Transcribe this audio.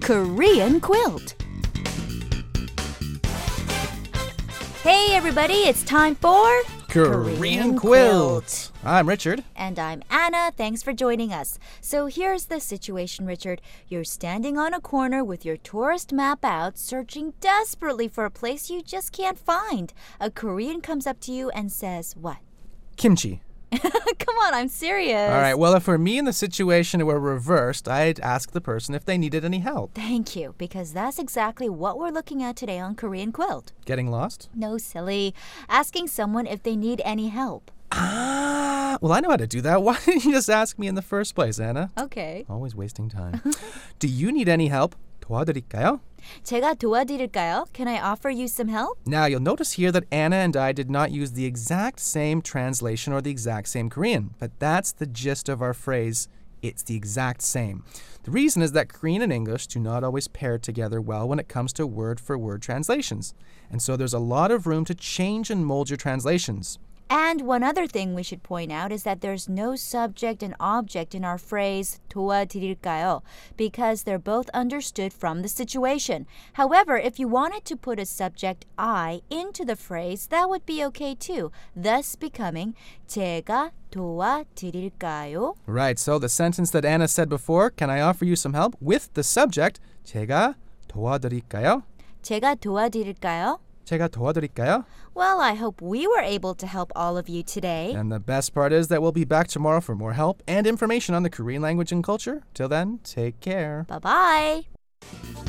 Korean quilt. Hey, everybody, it's time for. Korean, Korean quilt. quilt. I'm Richard. And I'm Anna. Thanks for joining us. So here's the situation, Richard. You're standing on a corner with your tourist map out, searching desperately for a place you just can't find. A Korean comes up to you and says, What? Kimchi. Come on, I'm serious. All right. Well, if for me and the situation were reversed, I'd ask the person if they needed any help. Thank you, because that's exactly what we're looking at today on Korean Quilt. Getting lost? No, silly. Asking someone if they need any help. Ah, well, I know how to do that. Why didn't you just ask me in the first place, Anna? Okay. Always wasting time. do you need any help? 도와드릴까요? 제가 도와드릴까요? Can I offer you some help? Now, you'll notice here that Anna and I did not use the exact same translation or the exact same Korean, but that's the gist of our phrase, it's the exact same. The reason is that Korean and English do not always pair together well when it comes to word for word translations. And so there's a lot of room to change and mold your translations. And one other thing we should point out is that there's no subject and object in our phrase 도와드릴까요 because they're both understood from the situation. However, if you wanted to put a subject I into the phrase, that would be okay too, thus becoming 제가 도와드릴까요? Right, so the sentence that Anna said before, can I offer you some help? with the subject, 제가 도와드릴까요? 제가 도와드릴까요? 제가 도와드릴까요? Well, I hope we were able to help all of you today. And the best part is that we'll be back tomorrow for more help and information on the Korean language and culture. Till then, take care. Bye bye.